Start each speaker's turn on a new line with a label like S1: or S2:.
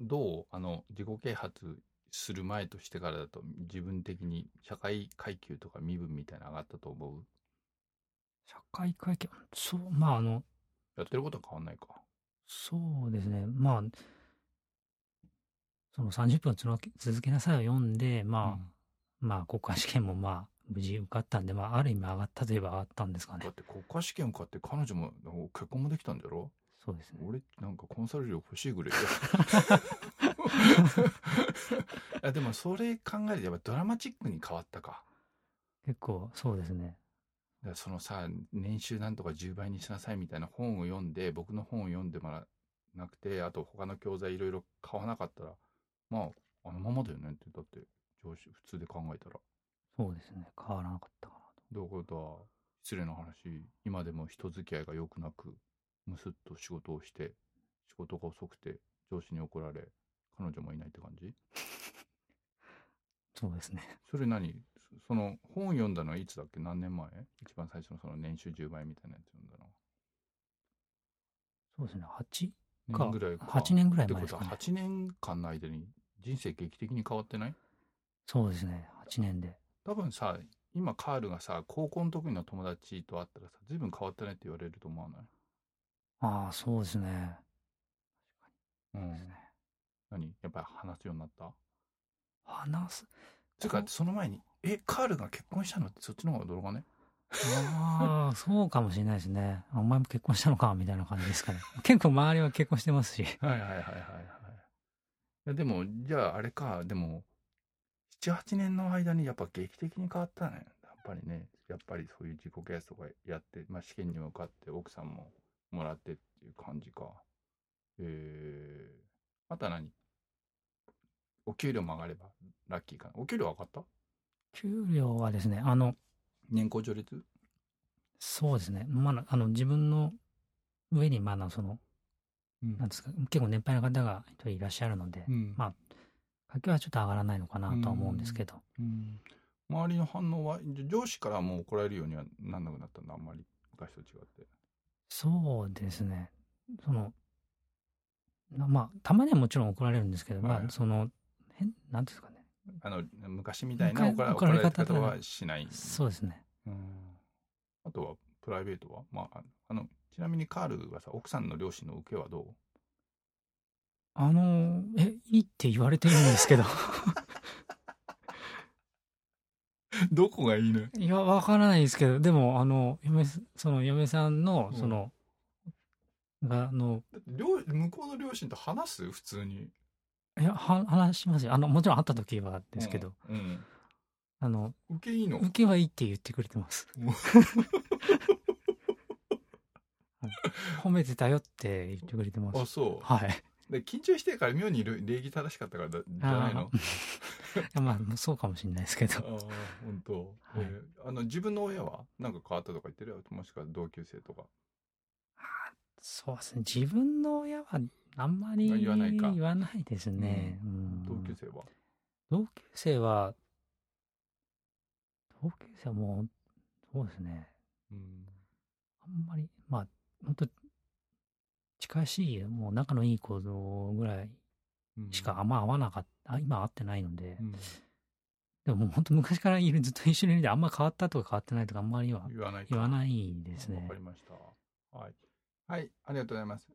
S1: どう、あの、自己啓発する前としてからだと、自分的に社会階級とか身分みたいなの上がったと思う
S2: 社会会見、そう、まあ、あの、
S1: やってることは変わんないか。
S2: そうですね、まあ、その30分つの続けなさいを読んで、まあ、まあ、国家試験もまあ、無事受かったんで、まあ、ある意味上がったといえば上がったんですか
S1: だ
S2: ね
S1: っ。て国家試験受かって彼女も結婚もできたんだろ
S2: そうですね。
S1: 俺なんかコンサル料欲しいぐらいだ あでもそれ考えるとやっぱドラマチックに変わったか
S2: 結構、そうですね。
S1: だからそのさ年収なんとか10倍にしなさいみたいな本を読んで僕の本を読んでもらわなくてあと他の教材いろいろ買わなかったらまああのままだよねってだって常識普通で考えたら
S2: そうですね。変わらなかったかなと。
S1: どういうことは失礼な話今でも人付き合いが良くなくむすっと仕事をして仕事が遅くて上司に怒られ彼女もいないって感じ
S2: そうですね。
S1: それ何そその本読んだのはいつだっけ何年前一番最初のその年収10倍みたいなやつ読んだの
S2: そうですね。8
S1: 年
S2: か
S1: ぐらいか
S2: 8年ぐら
S1: っ
S2: い
S1: てこ
S2: 前で
S1: と
S2: す
S1: は
S2: かね。
S1: 8年間の間に人生劇的に変わってない
S2: そうですね。8年で。
S1: 多分さ今カールがさ高校の時の友達と会ったらさ随分変わってないって言われると思わない
S2: ああ、そうですね。
S1: う
S2: そうです
S1: ん
S2: ね。
S1: 何やっぱり話すようになった
S2: 話す。
S1: てかその前に「えカールが結婚したの?」ってそっちの方が驚かね
S2: ああ、そうかもしれないですね。あお前も結婚したのかみたいな感じですかね。 結構周りは結婚してますし。
S1: はいはいはいはいはいいやでもじゃああれかでも78年の間にやっぱ劇的に変わったねやっぱりねやっぱりそういう自己啓発とかやって、まあ、試験にも受かって奥さんももらってっていう感じかえー、あとは何お給料も上がればラッキーかなお給料上がった
S2: 給料はですね、あの、
S1: 年功序列
S2: そうですね。まだ、あの、自分の上に、まだ、その、
S1: うん
S2: なんですか、結構年配の方が一人いらっしゃるので、
S1: うん
S2: まあ、家計はちょっと上がらないのかなとは思うんですけど、
S1: うん周りの反応はじゃ上司からはもう怒られるようにはなんなくなったんだあんまり昔と違って
S2: そうですね。その、なまあ、たまにはもちろん怒られるんですけど、
S1: は
S2: ま
S1: い
S2: あ、その、変、なんていうんですかね。
S1: あの昔みたいな
S2: 昔
S1: 怒ら怒
S2: 怒
S1: ら
S2: ら
S1: れ
S2: れ
S1: 方
S2: 方
S1: 方はしない、
S2: そうですね。
S1: うんあとはプライベートは、まあ、あのちなみにカールはさ奥さんの両親の受けはど
S2: あの、え、いいって言われてるんですけど、
S1: う どこがいいの
S2: いや、わからないですけど、でも、あの、嫁す、その、嫁さんの
S1: う、ん
S2: その、が、あの、
S1: 両向こうの両親と話す普通に
S2: いや、は、話しますよ。あの、もちろん会った時はですけど、、
S1: うん
S2: あの、
S1: うん受けいいの
S2: 受けはいいって言ってくれてます。褒めてたよって言ってくれてま
S1: あ
S2: す。
S1: そ
S2: はい。
S1: うで緊張してるから妙に礼儀正しかったからだじゃないの
S2: いやまあ、そうかもしれないですけ
S1: ああ
S2: ど。
S1: 本当、
S2: はい
S1: えーあの自分の親はなんか変わったとか言ってるよもしくは同級生とか
S2: そうですね。自分の親は、あんまり
S1: 言わないか
S2: 言わないですね。うん
S1: 同級生は、
S2: 同級生は、同級生はもう、そうですね。
S1: うん
S2: あんまり、まあ、本当近しい、もう仲のいい子ぐらい
S1: うん
S2: しかあんま会わなかった、あ今会ってないので、
S1: うん
S2: でももう本当昔からいる、ずっと一緒にいるんで、あんま変わったとか変わってないとか、あんまりは
S1: 言わないか
S2: 言わないですね
S1: わか。りました。はい。はい、ありがとうございます。